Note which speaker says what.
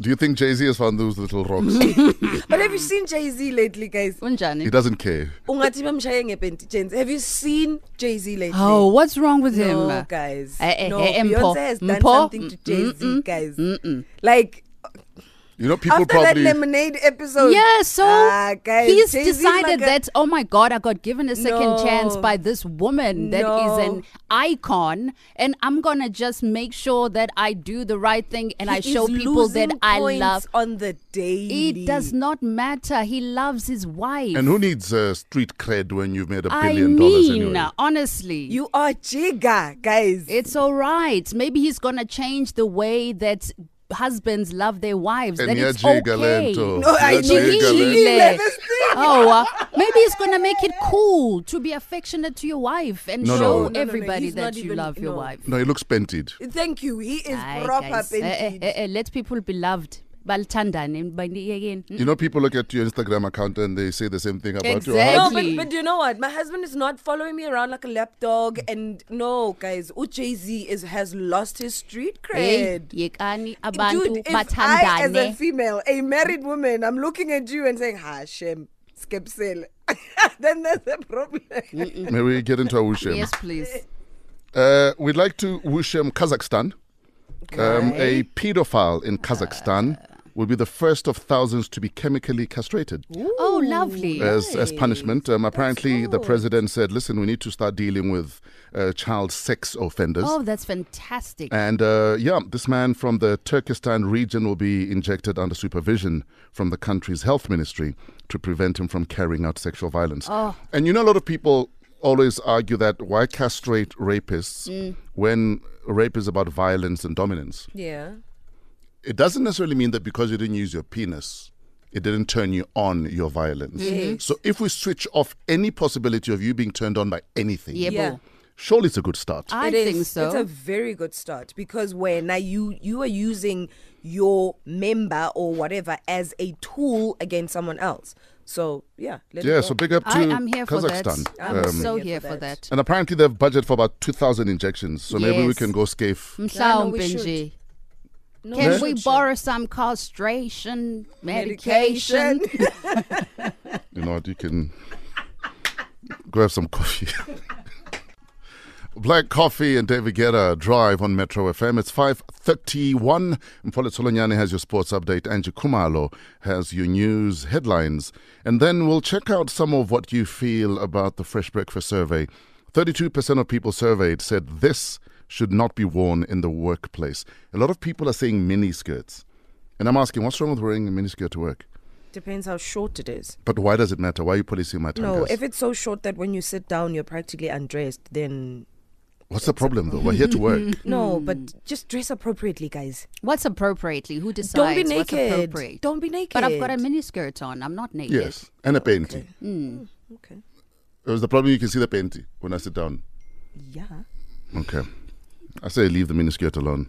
Speaker 1: Do you think Jay Z has found those little rocks?
Speaker 2: But have you seen Jay Z lately, guys?
Speaker 1: he
Speaker 3: Unjani.
Speaker 1: doesn't care.
Speaker 2: Ungathi bamshaye ngepenti jeans. Have you seen Jay Z lately?
Speaker 3: Oh, what's wrong with him?
Speaker 2: no, guys.
Speaker 3: Eh, eh,
Speaker 2: no,
Speaker 3: eh, eh,
Speaker 2: Beyonce
Speaker 3: Mpho.
Speaker 2: has done
Speaker 3: Mpho.
Speaker 2: something to
Speaker 3: Mm,
Speaker 2: Jay Z,
Speaker 3: mm, mm,
Speaker 2: guys.
Speaker 3: mm.
Speaker 2: Like
Speaker 1: You know, people
Speaker 2: after
Speaker 1: probably.
Speaker 2: that lemonade episode.
Speaker 3: Yeah, so
Speaker 2: Ah, guys,
Speaker 3: he's
Speaker 2: Jay-Z is
Speaker 3: decided
Speaker 2: like uh, a-
Speaker 3: that oh my god, I got given a second
Speaker 2: No.
Speaker 3: chance by this woman that is
Speaker 2: No.
Speaker 3: an icon, and I'm gonna just make sure that I do the right thing and I
Speaker 2: He
Speaker 3: show
Speaker 2: is
Speaker 3: people that
Speaker 2: losing
Speaker 3: I
Speaker 2: points
Speaker 3: love.
Speaker 2: on the daily.
Speaker 3: It does not matter. He loves his wife.
Speaker 1: and who needs uh, street cred when you've made a
Speaker 3: I
Speaker 1: billion dollars
Speaker 3: mean,
Speaker 1: anyway?
Speaker 3: honestly,
Speaker 2: You are jigga, guys.
Speaker 3: it's all right. Maybe he's gonna change the way that husbands love their wives.
Speaker 1: And
Speaker 3: that
Speaker 1: yeah,
Speaker 3: it's
Speaker 1: Jay
Speaker 3: okay.
Speaker 1: Galento.
Speaker 2: No, I
Speaker 1: Yeah, Jay
Speaker 3: know.
Speaker 1: Galento.
Speaker 3: Chile.
Speaker 2: This thing.
Speaker 3: oh, uh, maybe it's gonna make it cool to be affectionate to your wife and
Speaker 1: No, no.
Speaker 3: show
Speaker 1: No, no,
Speaker 2: no,
Speaker 3: everybody
Speaker 2: he's not
Speaker 3: that you
Speaker 2: even-
Speaker 3: love your
Speaker 2: no.
Speaker 3: wife.
Speaker 1: No, he looks pented.
Speaker 2: Thank you. He is
Speaker 3: Aye,
Speaker 2: proper
Speaker 3: guys. Eh, eh,
Speaker 2: pented.
Speaker 3: eh, eh, let people be loved. Balithandane, bani- again.
Speaker 1: You know, people look at your Instagram account and they say the same thing about your
Speaker 3: Exactly.
Speaker 1: heart.
Speaker 2: No, but,
Speaker 3: Exactly.
Speaker 2: but you know what? My husband is not following me around like a lapdog. And no, guys, Jay Z is has lost his street
Speaker 3: Hey,
Speaker 2: cred.
Speaker 3: yekani
Speaker 2: Dude,
Speaker 3: Eh? abantu
Speaker 2: if I, as a
Speaker 3: bathandane.
Speaker 2: female, a married woman, I'm looking at you and saying, "Ha, Hashem, skepsel," then that's a problem.
Speaker 3: Mm,
Speaker 1: May we get into Awushem?
Speaker 3: Yes,
Speaker 2: Eh,
Speaker 3: please.
Speaker 1: Uh, we'd like to wish um, Kazakhstan. Um, a pedophile in
Speaker 3: Uh.
Speaker 1: Kazakhstan will be the first of thousands to be chemically castrated
Speaker 3: Oh, lovely.
Speaker 1: as, as punishment. Um, apparently, the president said, listen, we need to start dealing with uh, child sex offenders.
Speaker 3: Oh, that's fantastic.
Speaker 1: And uh, yeah, this man from the Turkestan region will be injected under supervision from the country's health ministry to prevent him from carrying out sexual violence. And you know, a lot of people always argue that why castrate rapists when rape is about violence and dominance?
Speaker 2: Yeah.
Speaker 1: It doesn't necessarily mean that because you didn't use your penis. It didn't turn you on your violence. So if we switch off any possibility of you being turned on by anything,
Speaker 3: Yebo.
Speaker 2: Yeah.
Speaker 1: surely it's a good start.
Speaker 3: I
Speaker 2: It is.
Speaker 3: think so.
Speaker 2: It's a very good start because where now you you are using your member or whatever as a tool against someone else. So yeah, let it
Speaker 1: yeah,
Speaker 2: go.
Speaker 1: so big up to
Speaker 3: I am here for
Speaker 1: Kazakhstan.
Speaker 3: that. I'm
Speaker 1: Um,
Speaker 3: so here for that.
Speaker 1: And apparently they've budget for about 2,000 injections. So maybe we
Speaker 3: Yes. Mm,
Speaker 1: can go scafe.
Speaker 3: Mhlawumbe
Speaker 2: should.
Speaker 3: nje.
Speaker 2: No,
Speaker 3: Can
Speaker 2: should
Speaker 3: we
Speaker 2: you?
Speaker 3: borrow some castration medication?
Speaker 1: You know what? You can go have some coffee. Black Coffee and David Guetta drive on Metro FM. It's 5.31. Mpole Solonyane has your sports update. Angie Kumalo has your news headlines. And then we'll check out some of what you feel about the Fresh Breakfast survey. 32% of people surveyed said this should not be worn in the workplace. A lot of people are saying mini skirts. And I'm asking, what's wrong with wearing a miniskirt to work?
Speaker 2: Depends how short it is.
Speaker 1: But why does it matter? Why are you policing my
Speaker 2: No,
Speaker 1: tangas?
Speaker 2: if it's so short that when you sit down you're practically undressed, then
Speaker 1: What's the problem though? We're here to work.
Speaker 3: Hmm.
Speaker 2: no. But just dress appropriately, guys.
Speaker 3: What's appropriately? Who decides?
Speaker 2: Don't be
Speaker 3: What's
Speaker 2: naked.
Speaker 3: appropriate?
Speaker 2: Don't be naked.
Speaker 3: But I've got a miniskirt on. I'm not naked.
Speaker 1: yes, and a panty.
Speaker 2: okay.
Speaker 1: It was the problem. You can see the panty when I sit down.
Speaker 2: Yeah.
Speaker 1: Okay, I say leave the miniskirt alone.